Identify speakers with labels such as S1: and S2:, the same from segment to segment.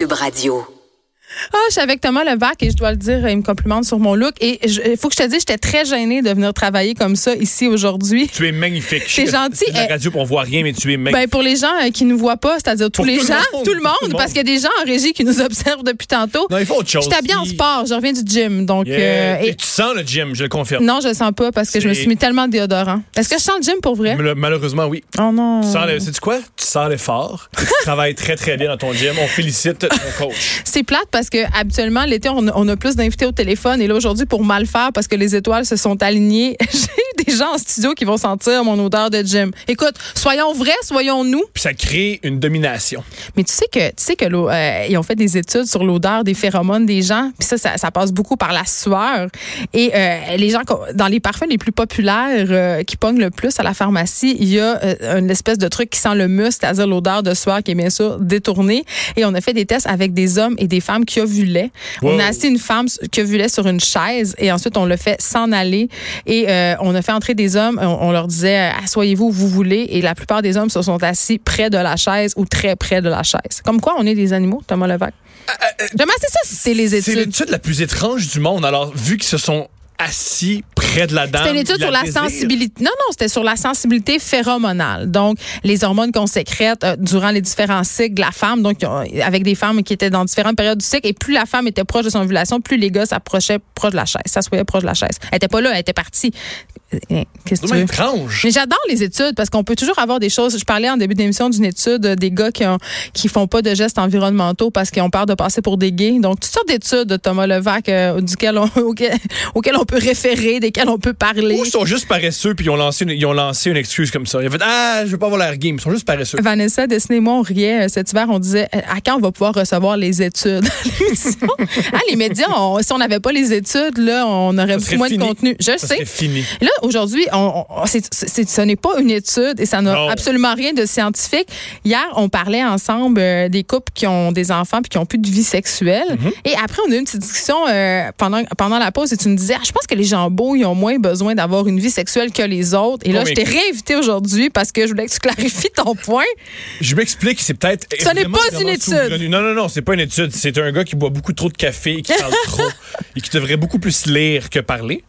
S1: Cube Radio.
S2: Ah, je suis avec Thomas Levac et je dois le dire, il me complimente sur mon look. Et je- il faut que je te dise, j'étais très gênée de venir travailler comme ça ici aujourd'hui.
S3: Tu es magnifique.
S2: T'es gentil.
S3: C'est de la
S2: Eh.
S3: radio, puis on voit rien, mais tu es magnifique.
S2: Ben, pour les gens euh, qui nous voient pas, c'est-à-dire tous
S3: Pour
S2: les
S3: tout le
S2: gens,
S3: monde.
S2: tout le monde,
S3: Tout le
S2: parce
S3: monde.
S2: qu'il y a des gens en régie qui nous observent depuis tantôt.
S3: non, il faut autre chose.
S2: J'étais bien en
S3: Il-
S2: sport, je reviens du gym. Donc,
S3: Yeah.
S2: euh, et-
S3: Tu sens le gym, je le confirme.
S2: non, je le sens pas parce que je me
S3: C'est-
S2: suis mis tellement de déodorant. Est-ce que je sens le gym pour vrai?
S3: Mal- Malheureusement, oui.
S2: Oh non.
S3: Tu sens le- Sais-tu quoi? Tu sens l'effort. tu travailles très, très bien dans ton gym. On félicite ton coach.
S2: C'est plate parce que habituellement l'été on, on a plus d'invités au téléphone et là aujourd'hui pour mal faire parce que les étoiles se sont alignées, j'ai eu des gens en studio qui vont sentir mon odeur de gym. Écoute, soyons vrais, soyons nous.
S3: Puis ça crée une domination.
S2: Mais tu sais que tu sais que l'eau- euh, ils ont fait des études sur l'odeur des phéromones des gens, puis ça, ça ça passe beaucoup par la sueur et euh, les gens qu'on- dans les parfums les plus populaires euh, qui pognent le plus à la pharmacie, il y a euh, une espèce de truc qui sent le muscle, c'est-à-dire l'odeur de sueur qui est bien sûr détournée et on a fait des tests avec des hommes et des femmes qui ovulaient. On
S3: Wow.
S2: a assis une femme qui ovulait sur une chaise et ensuite on l'a fait s'en aller et euh, on a fait entrer des hommes. On, on leur disait euh, asseyez-vous où vous voulez et la plupart des hommes se sont assis près de la chaise ou très près de la chaise. Comme quoi on est des animaux, Thomas Levac. J'aime assez ça, c'est les
S3: C'est
S2: études.
S3: l'étude la plus étrange du monde. Alors, vu qu'ils se sont assis près de la dame.
S2: C'était une étude
S3: ils la
S2: sur la
S3: désirent.
S2: sensibilité. Non, non, c'était sur la sensibilité phéromonale. Donc, les hormones qu'on sécrète euh, durant les différents cycles de la femme, donc euh, avec des femmes qui étaient dans différentes périodes du cycle, et plus la femme était proche de son ovulation, plus les gars s'approchaient proche de la chaise, s'assoyaient proche de la chaise. Elle était pas là, elle était partie. Euh, euh, Qu'est-ce que
S3: C'est
S2: tu veux?
S3: vraiment étrange.
S2: Mais j'adore les études parce qu'on peut toujours avoir des choses. Je parlais en début d'émission d'une étude euh, des gars qui ont, qui font pas de gestes environnementaux parce qu'ils ont peur de passer pour des gays. Donc toutes sortes d'études de Thomas Levac euh, duquel on, auquel, auquel on peut référer, desquelles on peut parler.
S3: Ou ils sont juste paresseux, puis ils ont lancé une, ils ont lancé une excuse comme ça. Ils ont fait Ah, je veux pas avoir l'air game. Ils sont juste paresseux.
S2: Vanessa, Destiné et moi, on riait euh, cet hiver. On disait euh, à quand on va pouvoir recevoir les études à l'émission? Hein, les médias, on- si on n'avait pas les études, là, on aurait beaucoup
S3: serait
S2: moins
S3: fini.
S2: de contenu. Je le
S3: Ça,
S2: sais.
S3: C'est fini.
S2: Là, aujourd'hui, on, on- c'est- c'est- ce n'est pas une étude et ça n'a
S3: Non.
S2: absolument rien de scientifique. Hier, on parlait ensemble euh, des couples qui ont des enfants puis qui n'ont plus de vie sexuelle. Et après, on a eu une petite discussion euh, pendant, pendant la pause et tu me disais, Ah, je pense que les gens beaux, ils ont moins besoin d'avoir une vie sexuelle que les autres. Et là, je
S3: Convaincu.
S2: t'ai réinvité aujourd'hui parce que je voulais que tu clarifies ton point.
S3: Je m'explique, c'est peut-être.
S2: Ce n'est pas
S3: vraiment
S2: une
S3: saugrenu.
S2: étude.
S3: Non, non, non, c'est pas une étude. C'est un gars qui boit beaucoup trop de café, et qui parle trop et qui devrait beaucoup plus lire que parler.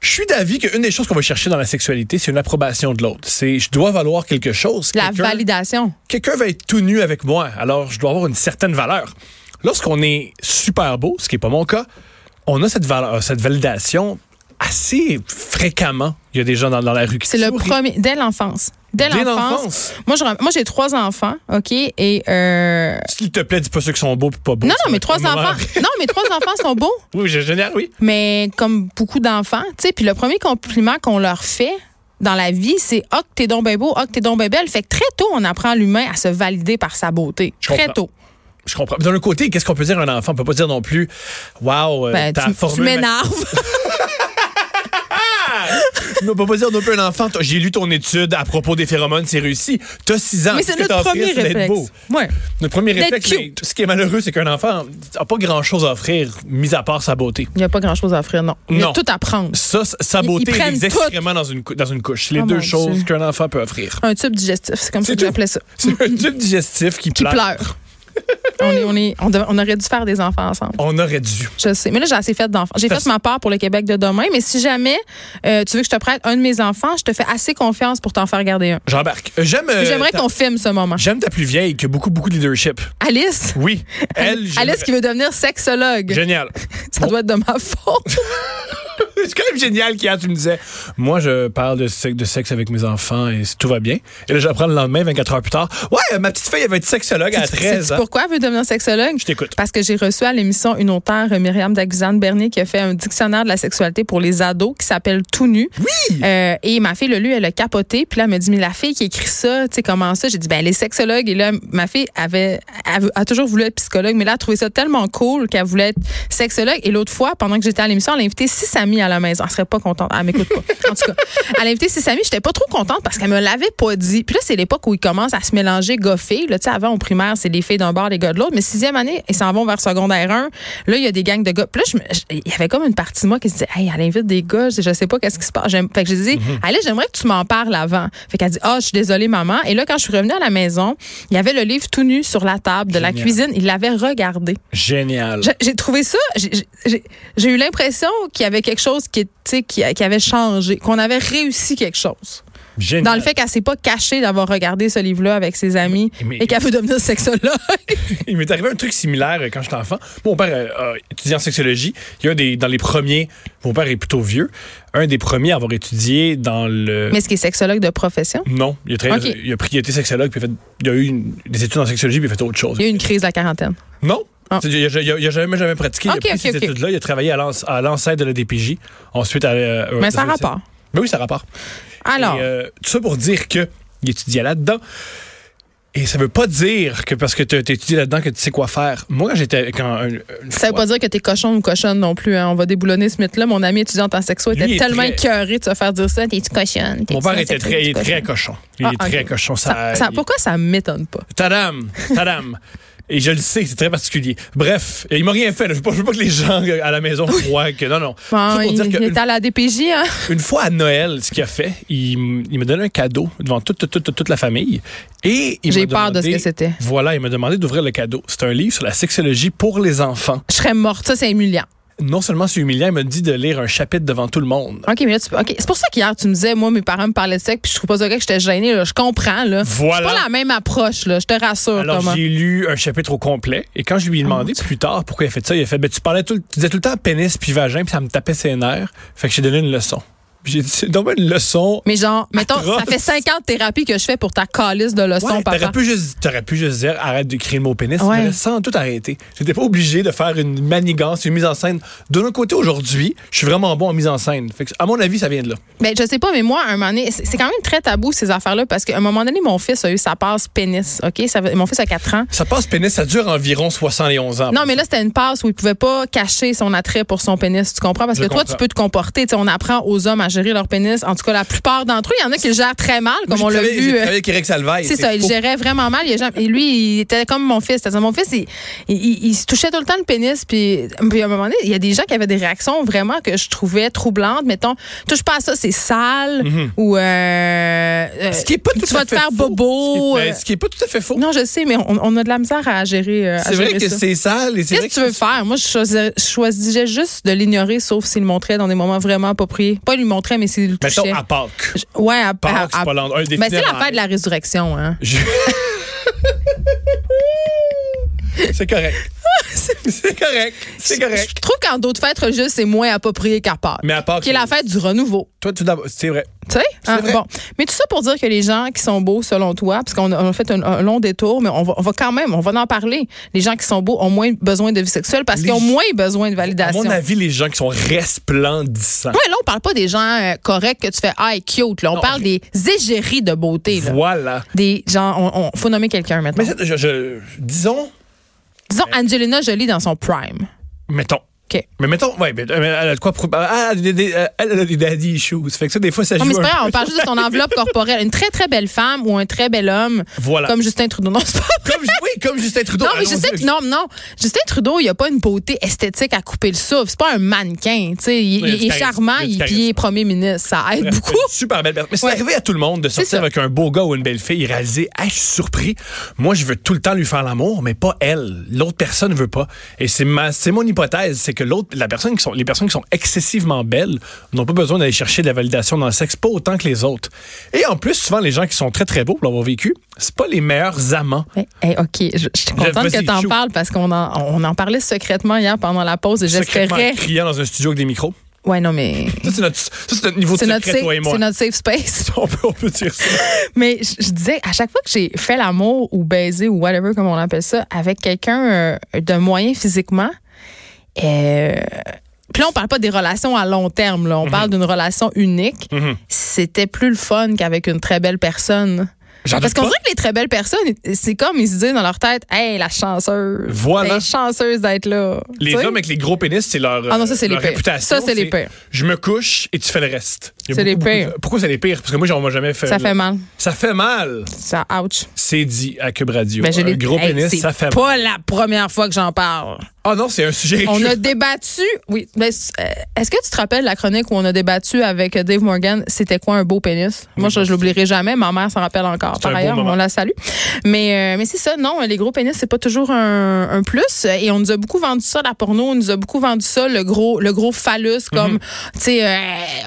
S3: Je suis d'avis qu'une des choses qu'on va chercher dans la sexualité, c'est une approbation de l'autre. C'est je dois valoir quelque chose.
S2: La
S3: Quelqu'un-
S2: validation.
S3: Quelqu'un va être tout nu avec moi, alors je dois avoir une certaine valeur. Lorsqu'on est super beau, ce qui n'est pas mon cas, on a cette, valeur, cette validation assez fréquemment. Il y a des gens dans, dans la rue qui
S2: C'est le
S3: sourient.
S2: premier, dès l'enfance. Dès
S3: Dès
S2: l'enfance.
S3: l'enfance.
S2: Moi, je rem- moi, j'ai trois enfants, OK? Et euh,
S3: S'il te plaît, dis pas ceux qui sont beaux puis pas beaux.
S2: Non,
S3: Ça
S2: non, mais
S3: va
S2: trois
S3: être un moment
S2: enfants. Non, mais trois enfants sont beaux,
S3: Oui, j'ai- génial, oui.
S2: mais comme beaucoup d'enfants, tu sais. Puis le premier compliment qu'on leur fait dans la vie, c'est oh que t'es donc ben beau, oh que t'es donc ben belle. Fait que très tôt, on apprend l'humain à se valider par sa beauté.
S3: Je
S2: très
S3: comprends.
S2: tôt.
S3: Je comprends. D'un autre côté, qu'est-ce qu'on peut dire à un enfant? On peut pas dire non plus, euh, waouh,
S2: Ben,
S3: t'as
S2: tu tu m'énerves.
S3: On peut pas dire non plus à un enfant, T'as- j'ai lu ton étude à propos des phéromones, c'est réussi. T'as 6 ans.
S2: mais
S3: Qu'est-ce
S2: c'est
S3: que
S2: notre
S3: t'as à offrir,
S2: premier
S3: c'est d'être
S2: réflexe.
S3: beau?
S2: Ouais.
S3: Notre premier
S2: D'être
S3: réflexe,
S2: cute.
S3: mais ce qui est malheureux, c'est qu'un enfant a pas grand-chose à offrir, mis à part sa beauté.
S2: Il n'y a pas grand-chose à offrir, non. Il y a
S3: Non.
S2: tout à prendre.
S3: Ça, s- sa
S2: Ils-
S3: beauté
S2: ils prennent
S3: est
S2: tout.
S3: excrément dans une, cou- dans une couche. Les
S2: Oh mon
S3: deux
S2: Dieu.
S3: choses qu'un enfant peut offrir.
S2: Un tube digestif, c'est comme ça
S3: C'est
S2: que
S3: tout.
S2: j'appelais ça.
S3: C'est un tube digestif qui,
S2: Qui pleure. on, est, on, est, on, dev- on aurait dû faire des enfants ensemble.
S3: On aurait dû.
S2: Je sais. Mais là, j'ai assez fait d'enfants. J'ai fait
S3: Parce-
S2: ma part pour le Québec de demain. Mais si jamais euh, tu veux que je te prête un de mes enfants, je te fais assez confiance pour t'en faire garder un.
S3: J'embarque. J'aime. euh,
S2: J'aimerais
S3: ta-
S2: qu'on filme ce moment.
S3: J'aime ta plus vieille qui a beaucoup, beaucoup de leadership.
S2: Alice?
S3: Oui. Elle,
S2: Alice
S3: j'aimerais-
S2: qui veut devenir sexologue.
S3: Génial.
S2: Ça doit être de ma faute.
S3: C'est quand même génial qu'hier, tu me disais, moi, je parle de sexe, de sexe avec mes enfants et tout va bien. Et là, j'apprends le lendemain, 24 heures plus tard, ouais, euh, ma petite fille, elle va être sexologue à
S2: Sais-tu
S3: 13 ans.
S2: pourquoi elle veut devenir sexologue?
S3: Je t'écoute.
S2: Parce que j'ai reçu à l'émission une auteure, euh, Myriam Daguzane Bernier, qui a fait un dictionnaire de la sexualité pour les ados qui s'appelle Tout nu.
S3: Oui!
S2: Euh, et ma fille l'a lu, elle a capoté. Puis là, elle m'a dit, mais la fille qui écrit ça, tu sais, comment ça? J'ai dit, ben, elle est sexologue. Et là, ma fille avait, elle a toujours voulu être psychologue, mais là, elle a trouvé ça tellement cool qu'elle voulait être sexologue. Et l'autre fois, pendant que j'étais à l'émission, elle a invité six amis à la la maison. Elle serait pas contente. Elle m'écoute pas. En tout cas, à l'invité, c'est Samy. J'étais pas trop contente parce qu'elle me l'avait pas dit. Puis là, c'est l'époque où ils commencent à se mélanger gars-filles. Là, tu sais, avant, au primaire, c'est les filles d'un bord, les gars de l'autre. Mais sixième année, ils s'en vont vers secondaire 1. Là, il y a des gangs de gars. Puis là, je me- je- il y avait comme une partie de moi qui se disait, hey, elle invite des gars. Je, je sais pas qu'est-ce qui se passe. J'aime- Fait que j'ai dit, allez, j'aimerais que tu m'en parles avant. Fait qu'elle dit, ah, je suis désolée, maman. Et là, quand je suis revenue à la maison, il y avait le livre tout nu sur la table de la
S3: Génial.
S2: cuisine. Il l'avait regardé.
S3: Génial.
S2: J'ai- J'ai trouvé ça. j'ai- j'ai- J'ai j'ai eu l'impression qu'il y avait quelque chose qui, est- tu sais, qui, qui avait changé, qu'on avait réussi quelque chose.
S3: Génial.
S2: Dans le fait qu'elle s'est pas cachée d'avoir regardé ce livre-là avec ses amis
S3: Mais-
S2: et qu'elle veut devenir sexologue.
S3: Il m'est arrivé un truc similaire euh, quand j'étais enfant. Mon père euh, a étudié en sexologie. Il y a un des dans les premiers. Mon père est plutôt vieux. Un des premiers à avoir étudié dans le.
S2: Mais ce qui est sexologue de profession,
S3: Non, il a, travaillé-
S2: Ok.
S3: il a pris, il a été sexologue, puis il a, fait- il a eu une- des études en sexologie, puis il a fait autre chose.
S2: il y a eu une crise de la quarantaine.
S3: Non.
S2: Ah.
S3: C'est-à-dire, Il n'a jamais, jamais pratiqué.
S2: Ok,
S3: il a pris
S2: ok,
S3: ces
S2: ok.
S3: études-là. Il a travaillé à l'anc- à l'ancêtre de la DPJ. Ensuite, à. euh,
S2: Mais ça
S3: euh,
S2: rapport.
S3: Ben oui, ça rapporte.
S2: Alors,
S3: Et, euh, tout ça pour dire que il étudiait là-dedans. Et ça veut pas dire que parce que tu étudié là-dedans que tu sais quoi faire. Moi, quand j'étais. Quand, un- une
S2: ça veut
S3: fois-
S2: pas dire que t'es cochon ou cochonne non plus. hein. On va déboulonner ce mythe-là. Mon ami étudiante en sexo
S3: Lui,
S2: était
S3: il est
S2: tellement
S3: très-
S2: écœuré de se faire dire ça. T'es-tu cochonne? T'es-tu
S3: Mon père
S2: en
S3: était
S2: sexo,
S3: très,
S2: t'es-tu
S3: il est très
S2: cochonne?
S3: cochon. Il
S2: Ah,
S3: est très
S2: ok.
S3: cochon.
S2: Ça-
S3: Ça,
S2: ça- pourquoi ça m'étonne pas?
S3: Tadam! Tadam! Et je le sais, c'est très particulier. Bref, il m'a rien fait. là. Je veux pas, je veux pas que les gens euh, à la maison croient que. Non, non.
S2: Bon,
S3: Tout ça pour
S2: il,
S3: dire que
S2: il
S3: une-
S2: est à la DPJ, hein?
S3: Une fois à Noël, ce qu'il a fait, il, m- il m'a donné un cadeau devant toute, toute, toute, toute la famille. Et il
S2: J'ai
S3: m'a
S2: peur de ce
S3: demandé-
S2: que c'était.
S3: Voilà, il m'a demandé d'ouvrir le cadeau. C'est un livre sur la sexologie pour les enfants.
S2: Je serais morte. Ça, c'est humiliant.
S3: Non seulement c'est humiliant, il m'a dit de lire un chapitre devant tout le monde.
S2: OK, mais là, tu peux- OK. C'est pour ça qu'hier, tu me disais, moi, mes parents me parlaient de sexe, puis je trouve pas ça que j'étais gênée, là. Je comprends, là.
S3: Voilà.
S2: C'est pas la même approche, là. Je te rassure,
S3: Alors
S2: Oh, Thomas. Oh,
S3: j'ai lu un chapitre au complet et quand je lui ai demandé plus tard pourquoi il a fait ça, il a fait ben, tu parlais tout, le- tu disais tout le temps pénis puis vagin puis ça me tapait ses nerfs. Fait que j'ai donné une leçon. Puis J'ai dit c'est donc ben une leçon.
S2: Mais genre, mettons,
S3: Atroce.
S2: ça fait 50 thérapies que je fais pour ta calice de leçons,
S3: Ouais,
S2: papa.
S3: t'aurais pu juste t'aurais pu juste dire arrête d'écrire le mot pénis
S2: Ouais.
S3: mais sans tout arrêter. J'étais pas obligé de faire une manigance, une mise en scène. De l'autre côté aujourd'hui, je suis vraiment bon en mise en scène. Fait que, à mon avis ça vient de là.
S2: Ben, je sais pas, mais moi, à un moment donné, c'est c'est quand même très tabou, ces affaires-là, parce qu'à un moment donné, mon fils a eu sa passe pénis, OK? Ça, veut- mon fils a 4 ans.
S3: Ça passe pénis, ça dure environ 71 ans.
S2: Non, mais là, c'était une passe où il pouvait pas cacher son attrait pour son pénis. Tu comprends? Parce
S3: Je
S2: que toi,
S3: comprends.
S2: tu peux te comporter. Tu sais, on apprend aux hommes à gérer leur pénis. En tout cas, la plupart d'entre eux, il y en a qui le gèrent très mal, comme on l'a vu. euh,
S3: avec Eric Salvaille.
S2: C'est ça, il
S3: Faut-
S2: gérait vraiment mal. Il a jamais- et lui, il était comme mon fils. C'est-à-dire, Mon fils, il, il- il- il se touchait tout le temps le pénis. Puis, puis à un moment donné, il y a des gens qui avaient des réactions vraiment que je trouvais troublantes. Mettons, touche pas à ça, c'est sale. Ou. euh, euh,
S3: Mhm. Ce qui est pas tout
S2: tu
S3: à
S2: vas te
S3: fait
S2: faire
S3: faux.
S2: bobo.
S3: Ce qui est-
S2: euh,
S3: ben, Ce qui est pas tout à fait faux.
S2: non, je sais, mais on, on a de la misère à gérer. euh, à
S3: C'est vrai
S2: gérer
S3: que
S2: ça.
S3: c'est sale. et c'est
S2: Qu'est-ce
S3: vrai
S2: que tu veux faire? Moi, je choisis- je choisissais juste de l'ignorer, sauf s'il le montrait dans des moments vraiment appropriés. Pas lui montrait, mais s'il le touchait.
S3: Mettons à Pâques.
S2: Je- ouais, à,
S3: Pâques,
S2: à-
S3: c'est pas l'endroit- un des
S2: Ben, c'est
S3: funérailles.
S2: l'affaire de la résurrection, hein.
S3: Je- c'est correct. c'est correct. C'est correct.
S2: Je trouve qu'en d'autres fêtes religieuses, c'est moins approprié qu'à Pâques.
S3: Mais à Pâques,
S2: Qui est la
S3: c'est-
S2: fête du renouveau.
S3: Toi, tout d'abord, c'est vrai.
S2: Tu sais? Hein?
S3: vrai.
S2: Bon. Mais tout ça pour dire que les gens qui sont beaux, selon toi, parce qu'on a, on a fait un, un long détour, mais on va, on va quand même, on va en parler. Les gens qui sont beaux ont moins besoin de vie sexuelle parce
S3: Les-
S2: qu'ils ont moins besoin de
S3: À
S2: validation.
S3: mon avis, les gens qui sont resplendissants.
S2: Ouais, là, on parle pas des gens euh, corrects que tu fais ah, et cute. Là. On
S3: Non,
S2: parle des égéries de beauté. Là.
S3: Voilà.
S2: Des gens, on, on- faut nommer quelqu'un maintenant.
S3: Mais c'est- je, je- disons,
S2: Disons Angelina Jolie dans son prime.
S3: mettons.
S2: OK.
S3: Mais mettons, ouais, mais, euh, elle a de quoi. pro- Ah, elle a des- euh, elle a des daddy issues. Fait que ça, des fois, ça
S2: Non,
S3: joue.
S2: mais c'est
S3: un
S2: pas grave,
S3: peu.
S2: on parle juste de son enveloppe corporelle. Une très, très belle femme ou un très bel homme,
S3: Voilà.
S2: comme Justin Trudeau. Non, c'est pas
S3: Comme, oui, comme Justin Trudeau.
S2: Non, mais
S3: allons-y.
S2: Justin, non, non. Justin Trudeau, il a pas une beauté esthétique à couper le souffle. C'est pas un mannequin. tu sais. Il,
S3: Oui, il y a
S2: il
S3: du
S2: est
S3: charisme,
S2: charmant,
S3: il y
S2: il,
S3: a du
S2: puis il est
S3: charisme.
S2: premier ministre. Ça aide
S3: Bref,
S2: beaucoup.
S3: une Super belle personne. Mais c'est
S2: Ouais.
S3: arrivé à tout le monde de
S2: C'est
S3: sortir
S2: ça.
S3: avec un beau gars ou une belle fille et réaliser, ah, je suis surpris. Moi, je veux tout le temps lui faire l'amour, mais pas elle. L'autre personne ne veut pas. Et c'est ma, c'est mon hypothèse, c'est que l'autre, la personne qui sont, les personnes qui sont excessivement belles n'ont pas besoin d'aller chercher de la validation dans le sexe, pas autant que les autres. Et en plus, souvent, les gens qui sont très, très beaux pour l'avoir vécu, c'est pas les meilleurs amants.
S2: Ben, hey, OK, je, je suis contente
S3: vas-y,
S2: que tu en
S3: shoot.
S2: parles parce qu'on en, on en parlait secrètement hier pendant la pause et
S3: Secrètement
S2: j'espérais.
S3: criant dans un studio avec des micros.
S2: Ouais, non, mais.
S3: Ça, c'est notre, ça, c'est notre niveau de
S2: C'est
S3: secret,
S2: notre, safe-
S3: toi et moi.
S2: c'est notre safe space.
S3: On peut, on peut dire ça.
S2: Mais je, je disais, à chaque fois que j'ai fait l'amour ou baiser ou whatever, comme on appelle ça, avec quelqu'un euh, de moyen physiquement, euh, puis là, on parle pas des relations à long terme,
S3: Mhm.
S2: là. on parle d'une relation unique. C'était plus le fun qu'avec une très belle personne.
S3: J'en
S2: Parce
S3: doute
S2: qu'on
S3: pas.
S2: dirait que les très belles personnes, c'est comme ils se disent dans leur tête, hey, la chanceuse.
S3: Voilà.
S2: Elle est chanceuse d'être là.
S3: Les
S2: Tu sais?
S3: hommes avec les gros pénis, c'est leur, euh,
S2: Ah non, ça, c'est
S3: leur
S2: les pires.
S3: réputation.
S2: Ça, c'est les pires.
S3: Je me couche et tu fais le reste. Il y a
S2: C'est
S3: beaucoup,
S2: les
S3: beaucoup de-
S2: pires.
S3: Pourquoi c'est les pires? Parce que moi, j'en ai jamais fait.
S2: Ça
S3: là.
S2: fait mal.
S3: Ça fait mal.
S2: Ça, ouch.
S3: C'est dit à Cube Radio.
S2: Ben, je
S3: un
S2: l'ai-
S3: gros
S2: Hey,
S3: pénis,
S2: c'est
S3: ça fait mal.
S2: pas la première fois que j'en parle.
S3: Ah non, c'est un sujet.
S2: On
S3: que-
S2: a débattu. Oui. mais c- euh, Est-ce que tu te rappelles la chronique où on a débattu avec Dave Morgan? C'était quoi un beau pénis? Moi, je, je l'oublierai jamais. Ma mère s'en rappelle encore.
S3: un
S2: Par
S3: beau
S2: ailleurs,
S3: moment.
S2: on la salue. Mais, euh, mais c'est ça. Non, les gros pénis, c'est pas toujours un, un plus. Et on nous a beaucoup vendu ça, la porno. On nous a beaucoup vendu ça, le gros, le gros phallus comme,
S3: Mhm.
S2: tu sais, euh,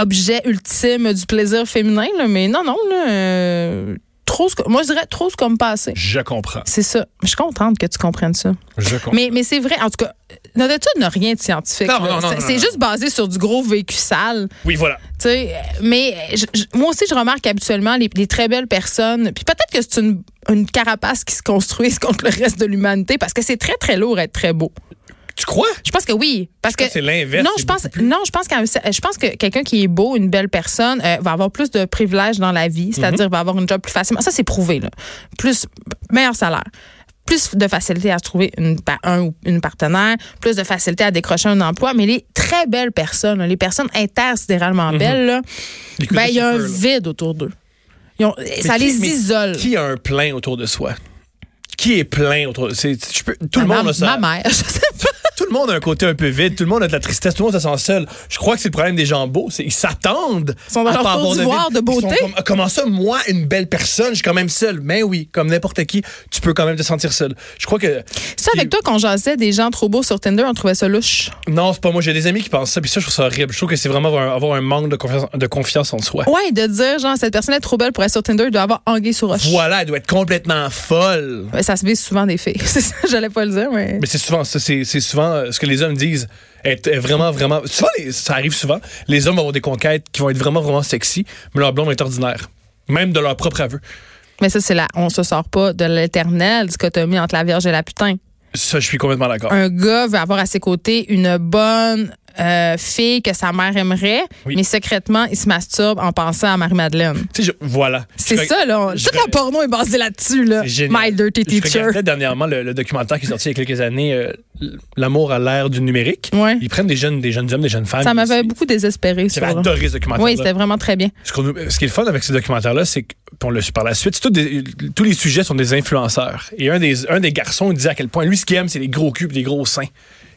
S2: objet ultime du plaisir féminin. là. Mais non, non, là, euh, trop, ce que- moi, je dirais trop ce comme passé.
S3: Je comprends.
S2: C'est ça. Je suis contente que tu comprennes ça.
S3: Je comprends.
S2: Mais, mais c'est vrai, en tout cas, notre étude n'a rien de scientifique.
S3: Non,
S2: là.
S3: non, non,
S2: C'est-
S3: non,
S2: c'est
S3: non.
S2: juste basé sur du gros vécu sale.
S3: Oui, voilà.
S2: tu sais. Mais je- je- moi aussi, je remarque habituellement les, les très belles personnes. Puis peut-être que c'est une, une carapace qui se construise contre le reste de l'humanité parce que c'est très, très lourd être très beau.
S3: Tu crois?
S2: Je pense que oui. Parce que.
S3: C'est l'inverse.
S2: Non,
S3: c'est
S2: je pense, non, je pense qu'à un cer- je pense que quelqu'un qui est beau, une belle personne, euh, va avoir plus de privilèges dans la vie,
S3: Mhm.
S2: c'est-à-dire va avoir une job plus facilement. Ça, c'est prouvé, là. Plus, meilleur salaire. Plus de facilité à se trouver une, pa- un ou une partenaire, plus de facilité à décrocher un emploi. Mais les très belles personnes, là, les personnes intersidéralement
S3: Mhm.
S2: belles, là,
S3: Les couteaux
S2: ben, il y a un
S3: coupeurs, là.
S2: vide autour d'eux. Ils ont- ça
S3: qui-
S2: les
S3: mais
S2: isole.
S3: Qui a un plein autour de soi? Qui est plein autour de c'est- je peux- Tout le
S2: Ma-
S3: monde a ça.
S2: Ma mère, je sais pas.
S3: Tout le monde a un côté un peu vide. Tout le monde a de la tristesse. Tout le monde se sent seul. Je crois que c'est le problème des gens beaux. c'est- Ils s'attendent.
S2: Ils sont dans
S3: à
S2: leur
S3: pas
S2: tour
S3: avoir
S2: d'ivoire
S3: vide.
S2: de
S3: Ils sont
S2: beauté.
S3: comme- ah, comment ça, moi, une belle personne, je suis quand même seul. Mais oui, comme n'importe qui, tu peux quand même te sentir seul. Je crois que.
S2: Ça, avec toi, quand jasait des gens trop beaux sur Tinder, on trouvait ça louche.
S3: Non, c'est pas moi. J'ai des amis qui pensent ça. Puis ça, je trouve ça horrible. Je trouve que c'est vraiment avoir un, avoir un manque de confiance, de confiance en soi.
S2: Ouais, de dire, genre, cette personne est trop belle pour être sur Tinder, il doit avoir anguille sur roche.
S3: Voilà, elle doit être complètement folle.
S2: Ouais, Ça se vise souvent des filles. C'est ça, j'allais pas le dire, mais.
S3: Mais c'est souvent ça, c'est c'est souvent euh, ce que les hommes disent. Être est vraiment, vraiment. Souvent, les- ça arrive souvent. Les hommes vont avoir des conquêtes qui vont être vraiment, vraiment sexy, mais leur blonde est ordinaire. Même de leur propre aveu.
S2: Mais ça, c'est là. On se sort pas de l'éternelle dichotomie entre la vierge et la putain.
S3: Ça, je suis complètement d'accord.
S2: Un gars veut avoir à ses côtés une bonne euh, fille que sa mère aimerait,
S3: Oui.
S2: mais secrètement, il se masturbe en pensant à Marie-Madeleine.
S3: Tu sais, je- voilà.
S2: C'est
S3: Je reg-
S2: ça, là. on-
S3: je
S2: Toute
S3: reg-
S2: la porno est basée là-dessus, là.
S3: c'est génial.
S2: My Dirty
S3: Je
S2: Teacher.
S3: regardais dernièrement le, le documentaire qui est sorti il y a quelques années, euh, L'amour à l'ère du numérique.
S2: Ouais.
S3: Ils prennent des jeunes, des jeunes hommes, des jeunes femmes.
S2: Ça m'avait
S3: Ils-
S2: beaucoup désespéré, ça.
S3: J'avais
S2: là.
S3: adoré ce documentaire.
S2: Oui, c'était vraiment très bien.
S3: Ce, qu'on nous- ce qui est le fun avec ce documentaire-là, c'est que pour le, par la suite, c'est tout des- tous les sujets sont des influenceurs. Et un des, un des garçons disait à quel point lui, ce qu'il aime, c'est les gros cubes, les gros seins.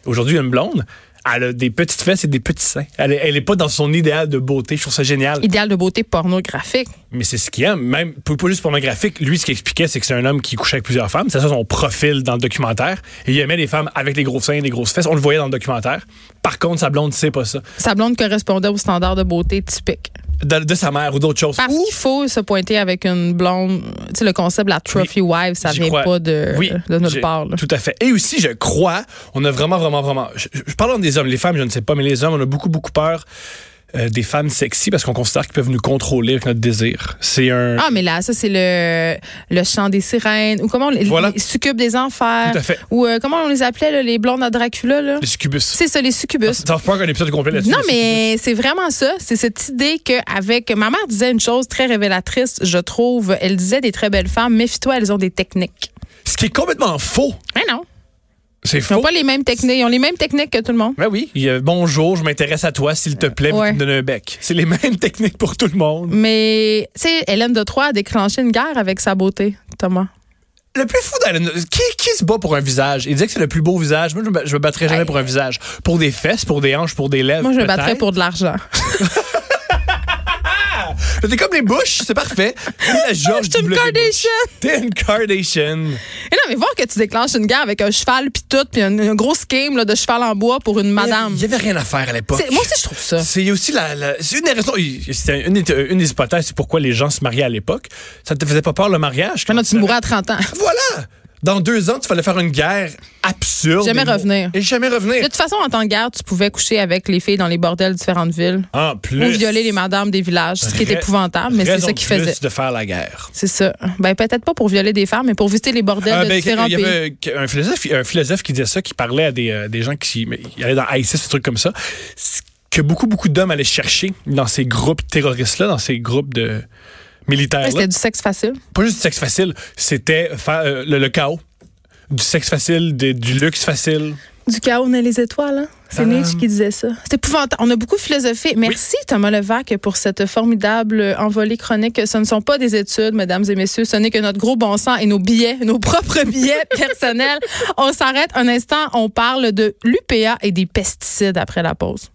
S3: Aujourd'hui, une blonde, elle a des petites fesses et des petits seins. Elle n'est pas dans son idéal de beauté. Je trouve ça génial.
S2: Idéal de beauté pornographique.
S3: Mais c'est ce qu'il aime. Même, pas pas juste pornographique, lui, ce qu'il expliquait, c'est que c'est un homme qui couchait avec plusieurs femmes. C'est ça son profil dans le documentaire. Et il aimait les femmes avec les gros seins et les grosses fesses. On le voyait dans le documentaire. Par contre, sa blonde, c'est pas ça.
S2: Sa blonde correspondait au standard de beauté typique.
S3: De, de sa mère ou d'autres choses.
S2: Parce
S3: Ou-
S2: qu'il faut se pointer avec une blonde. Tu sais, le concept de la trophy wife, ça
S3: J'y
S2: vient
S3: crois.
S2: pas de,
S3: Oui,
S2: de
S3: j'ai-
S2: nulle part. là.
S3: Tout à fait. Et aussi, je crois, on a vraiment, vraiment, vraiment. Je, je- je parle des hommes, les femmes, je ne sais pas, mais les hommes, on a beaucoup, beaucoup peur euh, des femmes sexy parce qu'on considère qu'ils peuvent nous contrôler avec notre désir. C'est un.
S2: Ah, mais là, ça, c'est le, le chant des sirènes. Ou comment on les,
S3: Voilà.
S2: les succubes des enfers.
S3: Tout à fait.
S2: Ou euh, comment on les appelait, là, les blondes à Dracula. là?
S3: Les succubus.
S2: C'est ça, les succubus.
S3: T'en pas un épisode complet là-dessus.
S2: Non,
S3: les succubus.
S2: mais c'est vraiment ça. C'est cette idée qu'avec. Ma mère disait une chose très révélatrice, je trouve. Elle disait des très belles femmes, méfie-toi, elles ont des techniques.
S3: Ce qui est complètement faux.
S2: Mais non.
S3: C'est
S2: Ils n'ont
S3: faux.
S2: pas les mêmes techniques. Ils ont les mêmes techniques que tout le monde.
S3: Ben oui. Il y a, bonjour, je m'intéresse à toi, s'il te plaît, puis
S2: Ouais.
S3: tu me donnes un bec. C'est les mêmes techniques pour tout le monde.
S2: Mais, tu sais, Hélène de Troyes a déclenché une guerre avec sa beauté, Thomas.
S3: Le plus fou d'Alan, qui, qui se bat pour un visage? Il disait que c'est le plus beau visage. Moi, je me, je me battrais jamais
S2: Ouais.
S3: pour un visage. Pour des fesses, pour des hanches, pour des lèvres.
S2: Moi, je me
S3: peut-être.
S2: battrais pour de l'argent.
S3: T'es comme les Bush, c'est parfait. T'es la George
S2: T'es une
S3: W. Bush.
S2: Kardashian.
S3: T'es une Kardashian.
S2: Et non, mais voir que tu déclenches une guerre avec un cheval puis tout, puis un, un gros scheme là, de cheval en bois pour une madame.
S3: Il y avait rien à faire à l'époque.
S2: C'est- Moi aussi, je trouve ça.
S3: C'est aussi la, la- c'est une des raisons. C'était une, une des hypothèses, c'est pourquoi les gens se mariaient à l'époque. Ça te faisait pas peur le mariage? quand
S2: Maintenant, tu
S3: savais-
S2: mourras à 30 ans.
S3: Voilà! Dans deux ans, tu fallait faire une guerre absurde.
S2: Jamais
S3: Et mo-
S2: revenir.
S3: Et jamais
S2: De
S3: revenir.
S2: toute façon, en temps de guerre, tu pouvais coucher avec les filles dans les bordels de différentes villes
S3: En plus.
S2: ou violer les madames des villages, ce qui est
S3: Ra-
S2: épouvantable, mais c'est
S3: raison
S2: ça qu'ils
S3: de plus
S2: faisaient.
S3: de faire la guerre.
S2: C'est ça. Ben, peut-être pas pour violer des femmes, mais pour visiter les bordels
S3: Ah,
S2: de
S3: ben,
S2: différents
S3: il y
S2: pays.
S3: avait un philosophe, un philosophe qui disait ça, qui parlait à des, euh, des gens qui mais il allait dans ISIS, des trucs comme ça. Ce que beaucoup, beaucoup d'hommes allaient chercher dans ces groupes terroristes-là, dans ces groupes de militaire.
S2: C'était du sexe facile.
S3: Pas juste du sexe facile, c'était fa- euh, le, le chaos. Du sexe facile, des- du luxe facile.
S2: Du chaos on a les étoiles. hein? C'est
S3: Tadam.
S2: Nietzsche qui disait ça. C'est épouvantable. On a beaucoup philosophé. Merci Thomas Levac pour cette formidable euh, envolée chronique. Ce ne sont pas des études, mesdames et messieurs. Ce n'est que notre gros bon sens et nos billets, nos propres billets personnels. On s'arrête un instant. On parle de l'UPA et des pesticides après la pause.